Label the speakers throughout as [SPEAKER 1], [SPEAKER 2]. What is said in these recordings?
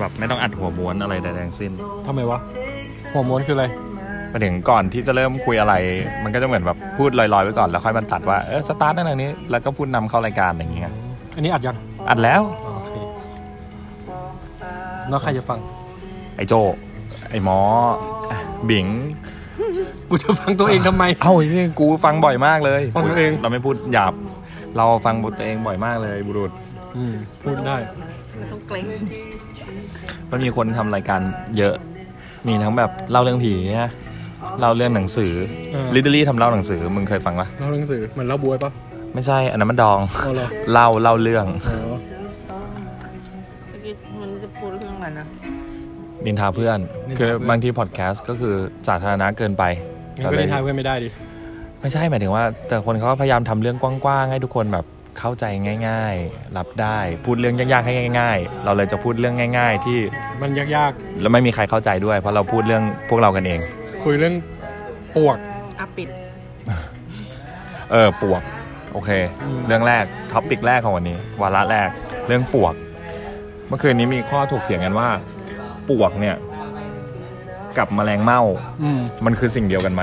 [SPEAKER 1] แบบไม่ต้องอัดหัวม้วนอะไรใดๆทั้งสิ้น
[SPEAKER 2] ทำไมวะ หัวม้วนคืออะไร
[SPEAKER 1] มาถึงก่อนที่จะเริ่มคุยอะไร มันก็จะเหมือนแบบพูดลอยๆไว้ก่อนแล้วค่อยมันตัดว่าเออสตาร์ทนั่นอันนี้แล้วก็พูดนำเข้ารายการอย่างเงี้ย
[SPEAKER 2] อันนี้อัดยัง
[SPEAKER 1] อัดแล้ว
[SPEAKER 2] อ๋อโอเคแล้วใครจะฟัง
[SPEAKER 1] ไอ้โจ ไอ้หมอบิง
[SPEAKER 2] กูจะฟังตัวเองทำไม
[SPEAKER 1] เอ้าจริงๆกูฟังบ่อยมากเลย
[SPEAKER 2] ฟังตัวเอง
[SPEAKER 1] เราไม่พูดหยาบ เราฟังบทตัวเองบ่อยมากเลยบุรุษ
[SPEAKER 2] อืมพูดได้
[SPEAKER 3] ไม่ต้องเกรง
[SPEAKER 1] มันมีคนทำรายการเยอะ มีทั้งแบบเล่าเรื่องผีนะเล่าเรื่องหนังสือ
[SPEAKER 2] เออ
[SPEAKER 1] ลิดลี่ทำเล่าหนังสือ มึงเคยฟังปะ
[SPEAKER 2] เล่าหนังสือเหมือนเล่าบวยปะ
[SPEAKER 1] ไม่ใช่อันนั้นมันดอง
[SPEAKER 2] เอาเหรอ
[SPEAKER 1] เล่าเล่าเรื่อง
[SPEAKER 2] อ๋อ
[SPEAKER 3] เมื่อกี้มันจะพูดเรื่องอะไรนะ
[SPEAKER 1] นินทาเพื่อน คือบางทีพอดแคสต์ก็คือสาธารณะเกินไป
[SPEAKER 2] งั้นก็
[SPEAKER 1] เล
[SPEAKER 2] นิ
[SPEAKER 1] ย
[SPEAKER 2] นทาเพื่อนไม่ได้ดิ
[SPEAKER 1] ไม่ใช่หมายถึงว่า แต่คนเขาก็พยายามทำเรื่องกว้างๆให้ทุกคนแบบเข้าใจง่าย ๆ รับได้พูดเรื่องยากๆให้ง่าย ๆ เราเลยจะพูดเรื่องง่าย ๆ ที่
[SPEAKER 2] มันยาก
[SPEAKER 1] แล้วไม่มีใครเข้าใจด้วย เพราะเราพูดเรื่องพวกเรากันเอง
[SPEAKER 2] ๆ คุยเรื่องปวก
[SPEAKER 3] อาปิด
[SPEAKER 1] เออปวก โอเค เรื่องแรกท็อปิกแรกของวันนี้ วาระแรกเรื่องปวก เมื่อคืนนี้มีข้อถกเถียงกันว่า ปวกเนี่ย กับแมลงเม่า
[SPEAKER 2] อืม
[SPEAKER 1] มันคือสิ่งเดียวกันไหม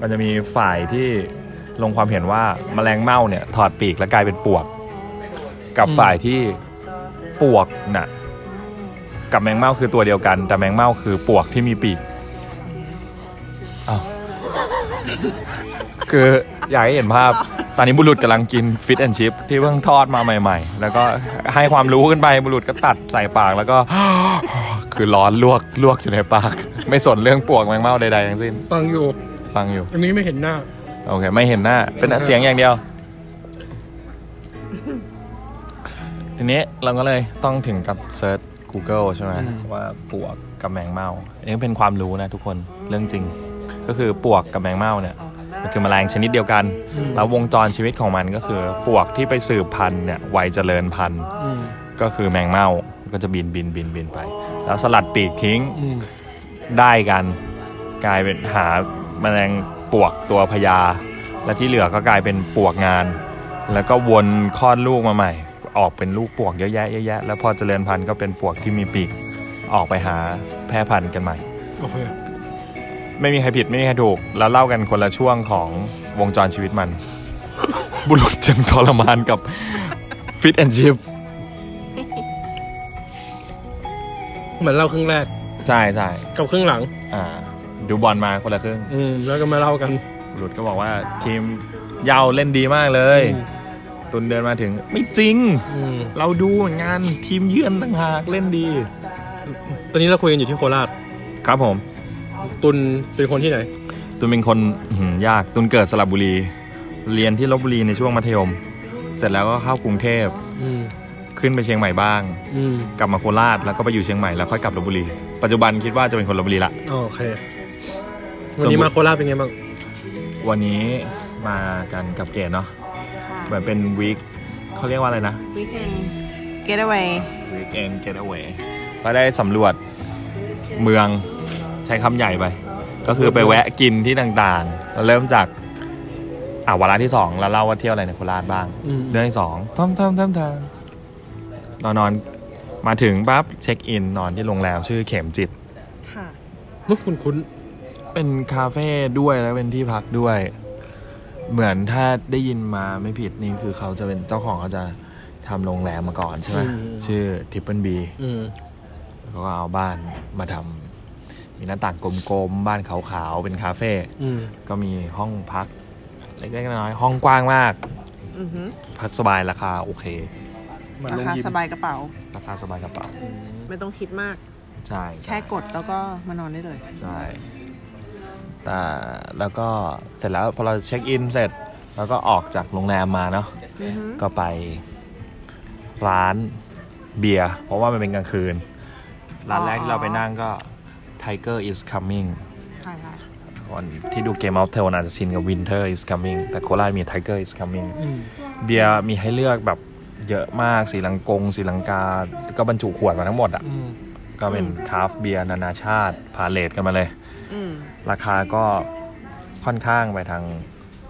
[SPEAKER 1] มันจะมีฝ่ายที่ลงความเห็นว่าแมลงเม่าเนี่ย ถอดปีกแล้วกลายเป็นปวก กับ
[SPEAKER 2] อืม
[SPEAKER 1] ฝ่ายที่ปวกน่ะ กับแมงเม่าคือตัวเดียวกัน แต่แมงเม่าคือปวกที่มีปีกอ้าวคืออยากให้เห็นภาพ ตอนนี้บุรุษกำลังกินฟิตแอนชิพที่เพิ่งทอดมาใหม่ ๆ แล้วก็ให้ความรู้ขึ้นไปบุรุษก็ตัดใส่ปากแล้วก็ คือร้อนลวกลวกอยู่ในปาก ไม่สนเรื่องปวกแมงเม่าใดๆทั้งสิ้น
[SPEAKER 2] ฟังอยู่
[SPEAKER 1] ฟังอยู่
[SPEAKER 2] อันนี้ไม่เห็นหน้า
[SPEAKER 1] โอเค ไม่เห็นหน้า เป็นเสียงอย่างเดียว ทีนี้เราก็เลยต้องถึงกับเซิร์ช Google ใช่ไหม
[SPEAKER 2] อืม
[SPEAKER 1] ว่าปลวกกับแมงเม่าอันนี้เป็นความรู้นะทุกคนเรื่องจริง ก็คือปลวกกับแมงเม่าเนี่ยมันคือแมลงชนิดเดียวกัน แล้ววงจรชีวิตของมันก็คือปลวกที่ไปสืบพันธุ์เนี่ยวัยเจริญพันธุ์
[SPEAKER 2] อืม
[SPEAKER 1] ก็คือแมงเม่าก็จะบินบินบินบินไป แล้วสลัดปีกทิ้ง
[SPEAKER 2] อืม
[SPEAKER 1] ได้กันกลายเป็นหาแมลงปวกตัวพญาและที่เหลือก็กลายเป็นปวกงาน แล้วก็วนคลอดลูกมาใหม่ ออกเป็นลูกปวกเยอะแยะเยอะแยะแล้วพอเจริญพันธุ์ก็เป็นปวกที่มีปีกออกไปหาแพร่พันธุ์กันใหม่
[SPEAKER 2] โอเค
[SPEAKER 1] ไม่มีใครผิดไม่มีใครถูกแล้วเล่ากันคนละช่วงของวงจรชีวิตมัน บุรุษจึงทรมานกับฟิตแอนชิพ
[SPEAKER 2] เหมือนเล่าครึ่งแรก
[SPEAKER 1] ใช่ใช่
[SPEAKER 2] กับครึ่งหลัง
[SPEAKER 1] อ่า ดูบอลมาคนละครึ่ง
[SPEAKER 2] อืม แล้วก็มาเล่ากัน
[SPEAKER 1] บุรุษก็บอกว่าทีมเหยาเล่นดีมากเลย
[SPEAKER 2] อืม
[SPEAKER 1] ตุนเดินมาถึงไม่จริง
[SPEAKER 2] อืม
[SPEAKER 1] เราดูเหมือนกันทีมเยือนต่างหากเล่นดี
[SPEAKER 2] ตอนนี้เราคุยกันอยู่ที่โคราช
[SPEAKER 1] ครับผม
[SPEAKER 2] ตุนเป็นคนที่ไหน
[SPEAKER 1] ตุนเป็นคนอื้อหือยากตุนเกิดสระบุรี เรียนที่ลบบุรีในช่วงมัธยม เสร็จแล้วก็เข้ากรุงเทพ
[SPEAKER 2] อืม
[SPEAKER 1] ขึ้นไปเชียงใหม่บ้าง
[SPEAKER 2] อืม
[SPEAKER 1] กลับมาโคราชแล้วก็ไปอยู่เชียงใหม่แล้วค่อยกลับลบบุรี ปัจจุบันคิดว่าจะเป็นคนลบบุรีละ
[SPEAKER 2] อ๋อโอเค วันนี้มาโคราชเป็นไงบ้าง
[SPEAKER 1] วันนี้มากันกับเกศเนาะเหมือนเป็นวีคเขาเรียกว่าอะไรนะ
[SPEAKER 3] วิกเอนเกตเอาไว้
[SPEAKER 1] Weekend Getaway ก็ได้สำรวจเมืองใช้คำใหญ่ไป ก็คือไปแวะกินที่ต่างๆแล้วเริ่มจากอ่าวาระที่สองแล้วเล่าว่าเที่ยวอะไรในโคราชบ้าง
[SPEAKER 2] อืม
[SPEAKER 1] เรื่องที่สองท่อมท่อมท่อมท่อมเรานอนมาถึงปั๊บเช็คอินนอนที่โรงแรมชื่อเข็มจิต
[SPEAKER 3] ค่ะ
[SPEAKER 2] เมื่อคุณคุ้น
[SPEAKER 1] เป็นคาเฟ่ด้วยแล้วเป็นที่พักด้วย เหมือนถ้าได้ยินมาไม่ผิดนี่คือเขาจะเป็นเจ้าของเขาจะทำโรงแรมมาก่อนใช่ไหมชื่อทิปเปิลบี
[SPEAKER 2] อืม
[SPEAKER 1] เขาก็เอาบ้านมาทำมีหน้าต่างกลมๆ บ้านขาวๆ เป็นคาเฟ่
[SPEAKER 2] อืม
[SPEAKER 1] ก็มีห้องพัก เล็กๆ น้อยๆ ห้องกว้างมาก
[SPEAKER 3] อือหือ
[SPEAKER 1] พักสบายราคาโอเค
[SPEAKER 3] ราคาสบายกระเป๋า
[SPEAKER 1] ราคาสบายกระเป๋า
[SPEAKER 3] ไม่ต้องคิดมาก
[SPEAKER 1] ใช่
[SPEAKER 3] แค่กดแล้วก็มานอนได้เลย
[SPEAKER 1] ใช่แต่แล้วก็เสร็จแล้วพอเราเช็คอินเสร็จ แล้วก็ออกจากโรงแรมมาเนาะ
[SPEAKER 3] อือหือ
[SPEAKER 1] ก็ไปร้านเบียร์เพราะว่ามันเป็นกลางคืน ร้านแรกที่เราไปนั่งก็ Tiger is coming
[SPEAKER 3] ใช่ค่ะ
[SPEAKER 1] ก่อนที่ดูเกม of t h r o n e อาจจะชินกับ Winter is coming แต่โคราชมี Tiger is coming
[SPEAKER 2] อืม
[SPEAKER 1] เบียร์มีให้เลือกแบบเยอะมากสีลังกงสีลังกา ก็บรรจุขวดมาทั้งหมดอ่ะ
[SPEAKER 2] อืม
[SPEAKER 1] ก็เป็นคราฟเบียร์นานาชาติ พาเลทกันมาเลย
[SPEAKER 3] อืม
[SPEAKER 1] ราคาก็ค่อนข้างไปทาง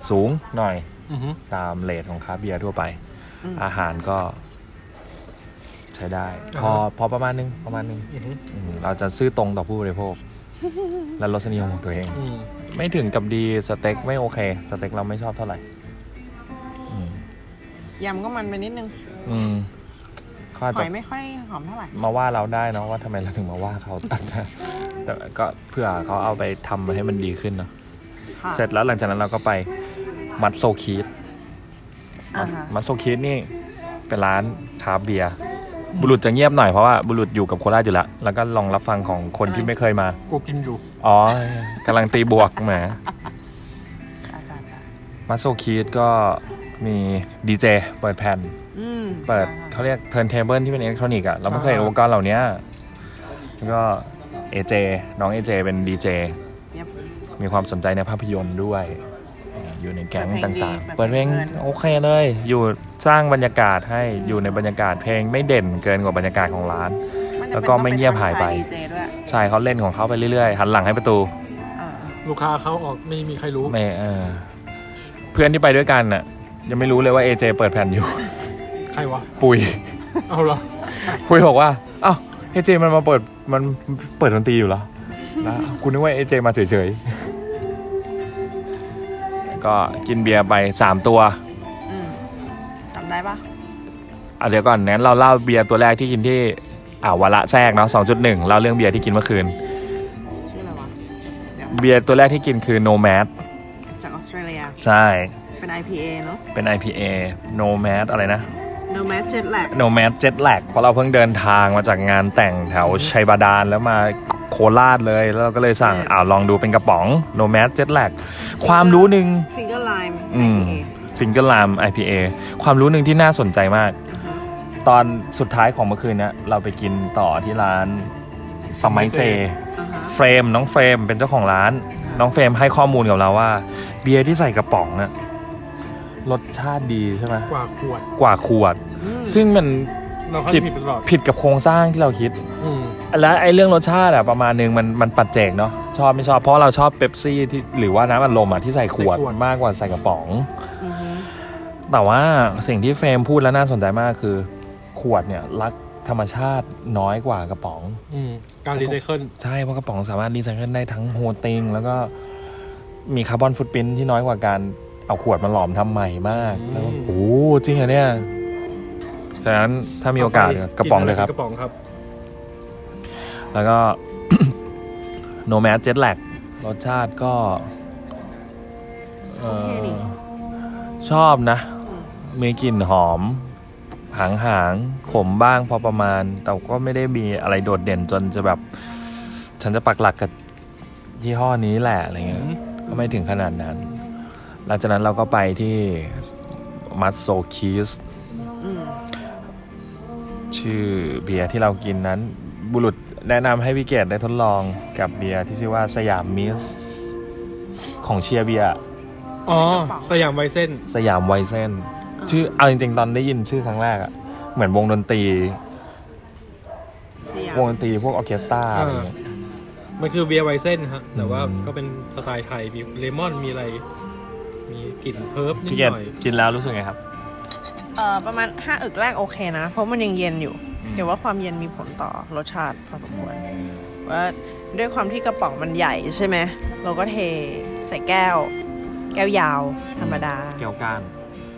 [SPEAKER 1] สูงหน่อย
[SPEAKER 2] อืม
[SPEAKER 1] ตามเลทของคราฟเบียร์ทั่วไป อาหารก็ ใช้ได้
[SPEAKER 2] อ่า
[SPEAKER 1] พ
[SPEAKER 2] ฮะ
[SPEAKER 1] อพอประมาณนึงประมาณนึง
[SPEAKER 2] อือฮึ
[SPEAKER 1] อืมเราจะซื่อตรงต่อผู้บริโภค และรสนิยมของตัวเอง
[SPEAKER 2] อืม
[SPEAKER 1] ไม่ถึงกับดีสเต็กไม่โอเค สเต็กเราไม่ชอบเท่าไหร่อืม
[SPEAKER 3] ยำก็มันไปนิดนึง
[SPEAKER 1] อืมเขาอาจ
[SPEAKER 3] ห
[SPEAKER 1] จะ
[SPEAKER 3] อยไม่ค่อยหอมเท่าไหร่
[SPEAKER 1] มาว่าเราได้เนาะว่าทำไมเราถึงมาว่าเขา แต่แต่ก็เพื่อเขาเอาไปทำให้มันดีขึ้นเนาะ
[SPEAKER 3] ค่ะ
[SPEAKER 1] เสร็จแล้วหลังจากนั้นเราก็ไปมัดโซคีด
[SPEAKER 3] อ่าฮะ
[SPEAKER 1] มัสโซคิดนี่เป็นร้านคราฟต์เบียร์บุรุษจะเงียบหน่อยเพราะว่าบุรุษอยู่กับโคราชอยู่แล้ว แล้วก็ลองรับฟังของคนที่ไม่เคยมา
[SPEAKER 2] กูกินอยู่
[SPEAKER 1] อ๋อกำลังตีบวกแหม
[SPEAKER 3] อ่าฮะอ่าฮะ
[SPEAKER 1] มัสโซคิดก็มีดีเจเปิดแผ่น
[SPEAKER 3] อืม
[SPEAKER 1] เปิด
[SPEAKER 3] อ่าฮะ
[SPEAKER 1] เขาเรียกเทิร์นเทเบิลที่เป็นอิเล็กทรอนิกส์อ่ะ เราไม่เคยเห็น
[SPEAKER 2] อ่า
[SPEAKER 1] อุปกรณ์เหล่านี้แล้วก็เอเจน้องเอเจเป็นดีเจ
[SPEAKER 3] Yep
[SPEAKER 1] มีความสนใจในภาพยนตร์ด้วย อยู่ในแก๊งต่างๆ
[SPEAKER 3] เปิ
[SPEAKER 1] เปิด
[SPEAKER 3] ด
[SPEAKER 1] เพ
[SPEAKER 3] เพ
[SPEAKER 1] ล
[SPEAKER 3] ล
[SPEAKER 1] ง
[SPEAKER 3] งดี
[SPEAKER 1] โอเคเลย อยู่สร้างบรรยากาศให้อยู่ในบรรยากาศเพลงไม่เด่นเกินกว่าบรรยากาศของร้าน
[SPEAKER 3] นจะ
[SPEAKER 1] แล้วก็ไม่เงียบหายไป
[SPEAKER 3] ดีเจด้วย
[SPEAKER 1] ใช่เขาเล่นของเขาไปเรื่อยๆ หันหลังให้ประตู
[SPEAKER 3] เออ
[SPEAKER 2] ลูกค้าเขาออกไม่มีใครรู้
[SPEAKER 1] ไม่เออเพื่อนที่ไปด้วยกันน่ะ ยังไม่รู้เลยว่าเอเจเปิดแผ่นอยู่
[SPEAKER 2] ใครวะ
[SPEAKER 1] ปุย
[SPEAKER 2] เอาเหรอ
[SPEAKER 1] ปุยบอกว่าอ้าวเอเจมันมาเปิดมันเปิดดนตรีอยู่เหรอแล้วคุณนึกว่าเอเจมาเฉยๆก็กินเบียร์ไปสามตัว
[SPEAKER 3] อืมจำได้ปะ
[SPEAKER 1] อ่ะเดี๋ยวก่อนงั้นเราเล่าเบียร์ตัวแรกที่กินที่อ่าวาระแทรกเนาะ2.1เล่าเรื่องเบียร์ที่กินเมื่อคืน
[SPEAKER 3] ชื่ออะไรวะเดี๋ยว
[SPEAKER 1] เบียร์ตัวแรกที่กินคือ Nomad
[SPEAKER 3] จากออสเตรเลีย
[SPEAKER 1] ใช่
[SPEAKER 3] เป็น IPA เนอะ
[SPEAKER 1] เป็น IPA Nomad อะไรนะ
[SPEAKER 3] Nomad Jet Lag
[SPEAKER 1] Nomad Jet Lag เพราะเราเพิ่งเดินทางมาจากงานแต่งแถวชัยบาดาลแล้วมาโคราชเลย แล้วเราก็เลยสั่งอ่าลองดูเป็นกระป๋อง Nomad Jet Lag ความรู้หนึ่ง
[SPEAKER 3] Finger Lime
[SPEAKER 1] อืม
[SPEAKER 3] IPA
[SPEAKER 1] Finger Lime IPA ความรู้หนึ่งที่น่าสนใจมาก
[SPEAKER 3] อือฮะ
[SPEAKER 1] ตอนสุดท้ายของเมื่อคืนเนะเราไปกินต่อที่ร้านสมัยเซ
[SPEAKER 3] อ่าฮะ
[SPEAKER 1] เฟรมน้องเฟรมเป็นเจ้าของร้าน
[SPEAKER 3] อ่า
[SPEAKER 1] น้องเฟรมให้ข้อมูลกับเราว่า เบียร์ที่ใส่กระป๋องน่ะรสชาติดีใช่ไหม
[SPEAKER 2] กว่าขวด
[SPEAKER 1] กว่าขวด
[SPEAKER 3] อืม
[SPEAKER 1] ซึ่งมัน
[SPEAKER 2] เราเข้าใจผิดตลอด
[SPEAKER 1] ผิดกับโครงสร้างที่เราคิด
[SPEAKER 2] อืม
[SPEAKER 1] และไอ้เรื่องรสชาติอะประมาณนึงมันมันปัจเจกเนาะชอบไม่ชอบเพราะเราชอบเป๊ปซี่ที่หรือว่าน้ำอัดลมอะที่ใส่ขวด
[SPEAKER 2] ใส่ขวด
[SPEAKER 1] มากกว่าใส่กระป๋อง
[SPEAKER 3] อือฮึ
[SPEAKER 1] แต่ว่าสิ่งที่เฟรมพูดแล้วน่าสนใจมากคือ ขวดเนี่ยรักธรรมชาติน้อยกว่ากระป๋อง
[SPEAKER 2] อืม การรีไซเคิล
[SPEAKER 1] ใช่เพราะกระป๋องสามารถรีไซเคิลได้ทั้งโฮติงแล้วก็มีคาร์บอนฟุตปรินท์ที่น้อยกว่าการเอาขวดมาหลอมทำใหม่มาก
[SPEAKER 2] อืม
[SPEAKER 1] แล้วก็โอ้โหจริงเหรอเนี่ยฉะนั้นถ้ามีโอกาสเนี่ยกระป๋องเลยครับ
[SPEAKER 2] กระป๋องครับ
[SPEAKER 1] แล้วก็ โนแมสเจ็ตแลกรสชาติก็เอ่อ
[SPEAKER 3] โอเคนี่
[SPEAKER 1] ชอบนะ มีกลิ่นหอม หางหางๆขมบ้างพอประมาณ แต่ก็ไม่ได้มีอะไรโดดเด่นจนจะแบบ ฉันจะปักหลักกับยี่ห้อนี้แหละอะไรเงี้ย
[SPEAKER 2] อืม
[SPEAKER 1] ก็ไม่ถึงขนาดนั้น หลังจากนั้นเราก็ไปที่มัตโซคิส
[SPEAKER 3] อืม
[SPEAKER 1] ชื่อเบียร์ที่เรากินนั้น บุรุษแนะนำให้วิเกตได้ทดลองกับเบียร์ที่ชื่อว่าสยามมิสของเชียร์เบียร์
[SPEAKER 2] อ๋อ สยามไวเส้น
[SPEAKER 1] สยามไวเซนชื่อเอาจริงๆ ตอนได้ยินชื่อครั้งแรกอะเหมือนวงดนตรี
[SPEAKER 3] เดี๋ยว
[SPEAKER 1] วงดนตรีพวกออร์เคสตราอะไรเงี้ย
[SPEAKER 2] มันคือเบียร์ไวเส้นฮะ แต่ว่า
[SPEAKER 1] อืม
[SPEAKER 2] ก็เป็นสไตล์ไทย มีเลมอน มีอะไร มีกลิ่นเฮิร์บนิด
[SPEAKER 1] พี่เกต
[SPEAKER 2] หน่อย
[SPEAKER 1] กินแล้วรู้สึกไงครับ
[SPEAKER 3] เอ่อประมาณ 5 อึกแรกโอเคนะ เพราะมันยังเย็นอยู่
[SPEAKER 1] อืม
[SPEAKER 3] เดี๋ยวว่าความเย็นมีผลต่อรสชาติพอสมควร ว่าด้วยความที่กระป๋องมันใหญ่ใช่ไหม เราก็เทใส่แก้ว แก้วยาว ธรรมดา
[SPEAKER 1] เกี่ยวก้าน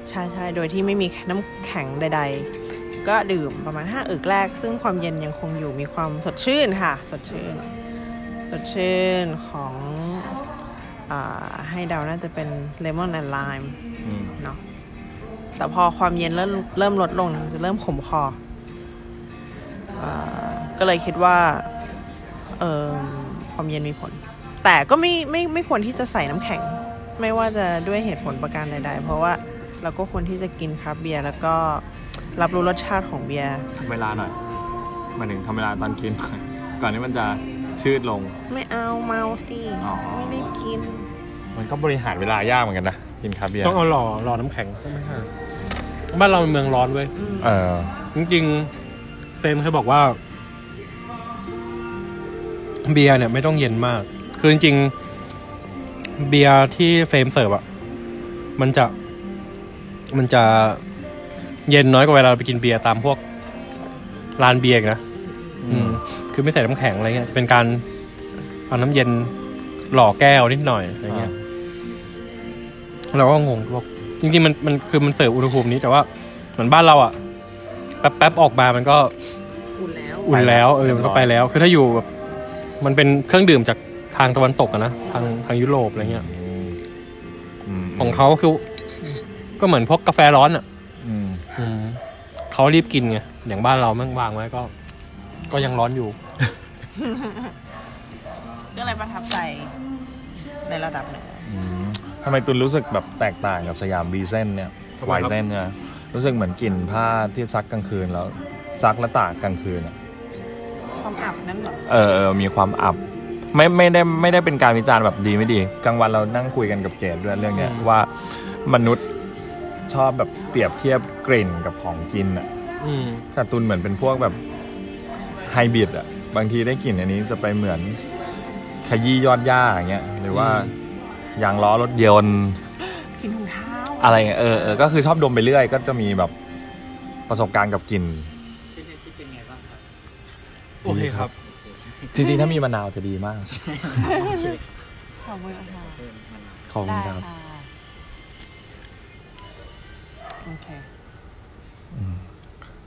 [SPEAKER 3] ใช่ใช่โดยที่ไม่มีน้ำแข็งใด ๆ ก็ดื่มประมาณ 5 อึกแรก ซึ่งความเย็นยังคงอยู่มีความสดชื่นค่ะ สดชื่น สดชื่นของอาให้เดาน่าจะเป็นเลมอนแอนด์ไลม์เนาะแต่พอความเย็นเริ่มเริ่มลดลงจะเริ่มขมคออาก็เลยคิดว่าเออความเย็นมีผล แต่ก็ไม่ไม่ไม่ควรที่จะใส่น้ำแข็ง ไม่ว่าจะด้วยเหตุผลประการใด ๆ เพราะว่าเราก็ควรที่จะกินครับเบียร์แล้วก็รับรู้รสชาติของเบียร์
[SPEAKER 1] ทำเวลาหน่อยมาถึงทำเวลาตอน กิน ก่อนที่มันจะชืดลง
[SPEAKER 3] ไม่เอาเมาสิ
[SPEAKER 1] อ๋อ
[SPEAKER 3] ไม่ได้กิน
[SPEAKER 1] มันก็บริหารเวลายากเหมือนกันนะกินคาเบียร์
[SPEAKER 2] ต้องเอาหล่อหล่อน้ำแข็งบ้านเราเป็นเมืองร้อนเว้ย
[SPEAKER 1] เออ
[SPEAKER 2] จริงๆ เฟรมเคยบอกว่า เบียร์เนี่ยไม่ต้องเย็นมาก คือจริงๆ เบียร์ที่เฟรมเสิร์ฟอะมันจะ มันจะเย็นน้อยกว่าเวลาเราไปกินเบียร์ตามพวก ลานเบียร์อีกนะ
[SPEAKER 1] อืม
[SPEAKER 2] คือไม่ใส่น้ำแข็งอะไรเงี้ยจะเป็นการเอาน้ำเย็นหล่อแก้วนิดหน่อยอะไรเงี้ยเราก็งงบอกจริงๆมันมันคือมันเสิร์ฟอุณหภูมินี้แต่ว่าเหมือนบ้านเราอะแป๊บแป๊บๆออกมามันก็
[SPEAKER 3] อุ่นแล้ว
[SPEAKER 2] อุ่นแล้วเออมันก็
[SPEAKER 1] ไป
[SPEAKER 2] ไป
[SPEAKER 1] แล้
[SPEAKER 2] แล้ว ว คือถ้าอยู่แบบมันเป็นเครื่องดื่มจากทางตะวันตกอะนะทางทางยุโรปอะไรเงี้ย
[SPEAKER 1] ม
[SPEAKER 2] ของเขาคือ ก็เหมือนพวกกาแฟร้อนอะ
[SPEAKER 1] อืม
[SPEAKER 2] อืมเขารีบกินไงอย่างบ้านเราแม่งวางไว้ก็ ก็ยังร้อนอยู่
[SPEAKER 3] ก็เลยประทับใจในระดับหนึ่ง
[SPEAKER 1] อืมทำไมตุนรู้สึกแบบแตกต่างกับสยามบีเส้นเนี่ย
[SPEAKER 2] ทำไม
[SPEAKER 1] วาย
[SPEAKER 2] ครับ
[SPEAKER 1] เส้นเนี่ยรู้สึกเหมือนกลิ่นผ้าที่ซักกลางคืนแล้วซักแล้วตากกลางคืนอะ
[SPEAKER 3] ความอับนั่นเหรอ
[SPEAKER 1] เออเออมีความอับ ไม่ไม่ได้ไม่ได้เป็นการวิจารณ์แบบดีไม่ดีกลางวันเรานั่งคุยกันกับเกดด้วยเรื่องเนี้ย
[SPEAKER 2] อืม
[SPEAKER 1] ว่ามนุษย์ชอบแบบเปรียบเทียบกลิ่นกับของกินอะ
[SPEAKER 2] อืม
[SPEAKER 1] แต่ตุนเหมือนเป็นพวกแบบไฮบริดอะบางทีได้กลิ่นอันนี้จะไปเหมือนขยี้ยอดหญ้าอย่างเงี้ยหรือว่า
[SPEAKER 2] อื
[SPEAKER 1] ยางล้อรถยนต์
[SPEAKER 3] กินถุงเท้า
[SPEAKER 1] อะไรเงี้ยเออเออก็คือชอบดมไปเรื่อย ก็จะมีแบบประสบการณ์กับกลิ่น
[SPEAKER 2] โอเคครับ
[SPEAKER 1] จริงๆถ้ามีมะนาวจะดีมาก
[SPEAKER 3] ขอบคุณค่ะ
[SPEAKER 1] ขอบคุณค
[SPEAKER 3] ได้
[SPEAKER 1] รับ
[SPEAKER 3] ค่ะ โอเค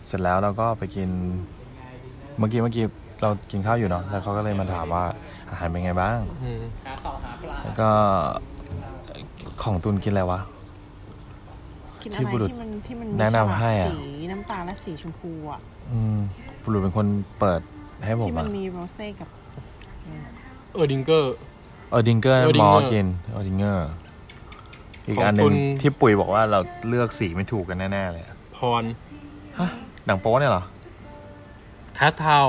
[SPEAKER 1] เสร็จแล้วเราก็ไปกิน เมื่อกี้เมื่อกี้เรากินข้าวอยู่เนาะ แล้วเขาก็เลยมาถามว่าอาหารเป็นไงบ้าง แล้วก็ของตุนกินอะไรวะ
[SPEAKER 3] กิน
[SPEAKER 1] ที่
[SPEAKER 3] อะไร
[SPEAKER 1] บุรุษ
[SPEAKER 3] ที่มันที่มัน
[SPEAKER 1] แนะนำให้อะ
[SPEAKER 3] สีน้ำตาลและสีชมพูอ่ะ
[SPEAKER 1] อืมบุรุษเป็นคนเปิดให้ผม
[SPEAKER 3] ที่มั
[SPEAKER 1] อะ
[SPEAKER 3] นมีโรเซ่กับ
[SPEAKER 2] เออดิงเกอร์
[SPEAKER 1] เออดิงเกอร์
[SPEAKER 2] Erdinger
[SPEAKER 1] หมอกินเออดิงเกอร์ อีกอันหนึ่
[SPEAKER 2] ของ
[SPEAKER 1] ง
[SPEAKER 2] ตุน
[SPEAKER 1] ที่ปุ๋ยบอกว่าเราเลือกสีไม่ถูกกันแน่ๆเลยอะ
[SPEAKER 2] พร
[SPEAKER 1] หนังโป๊เนี่ยเหรอ
[SPEAKER 2] คาทาว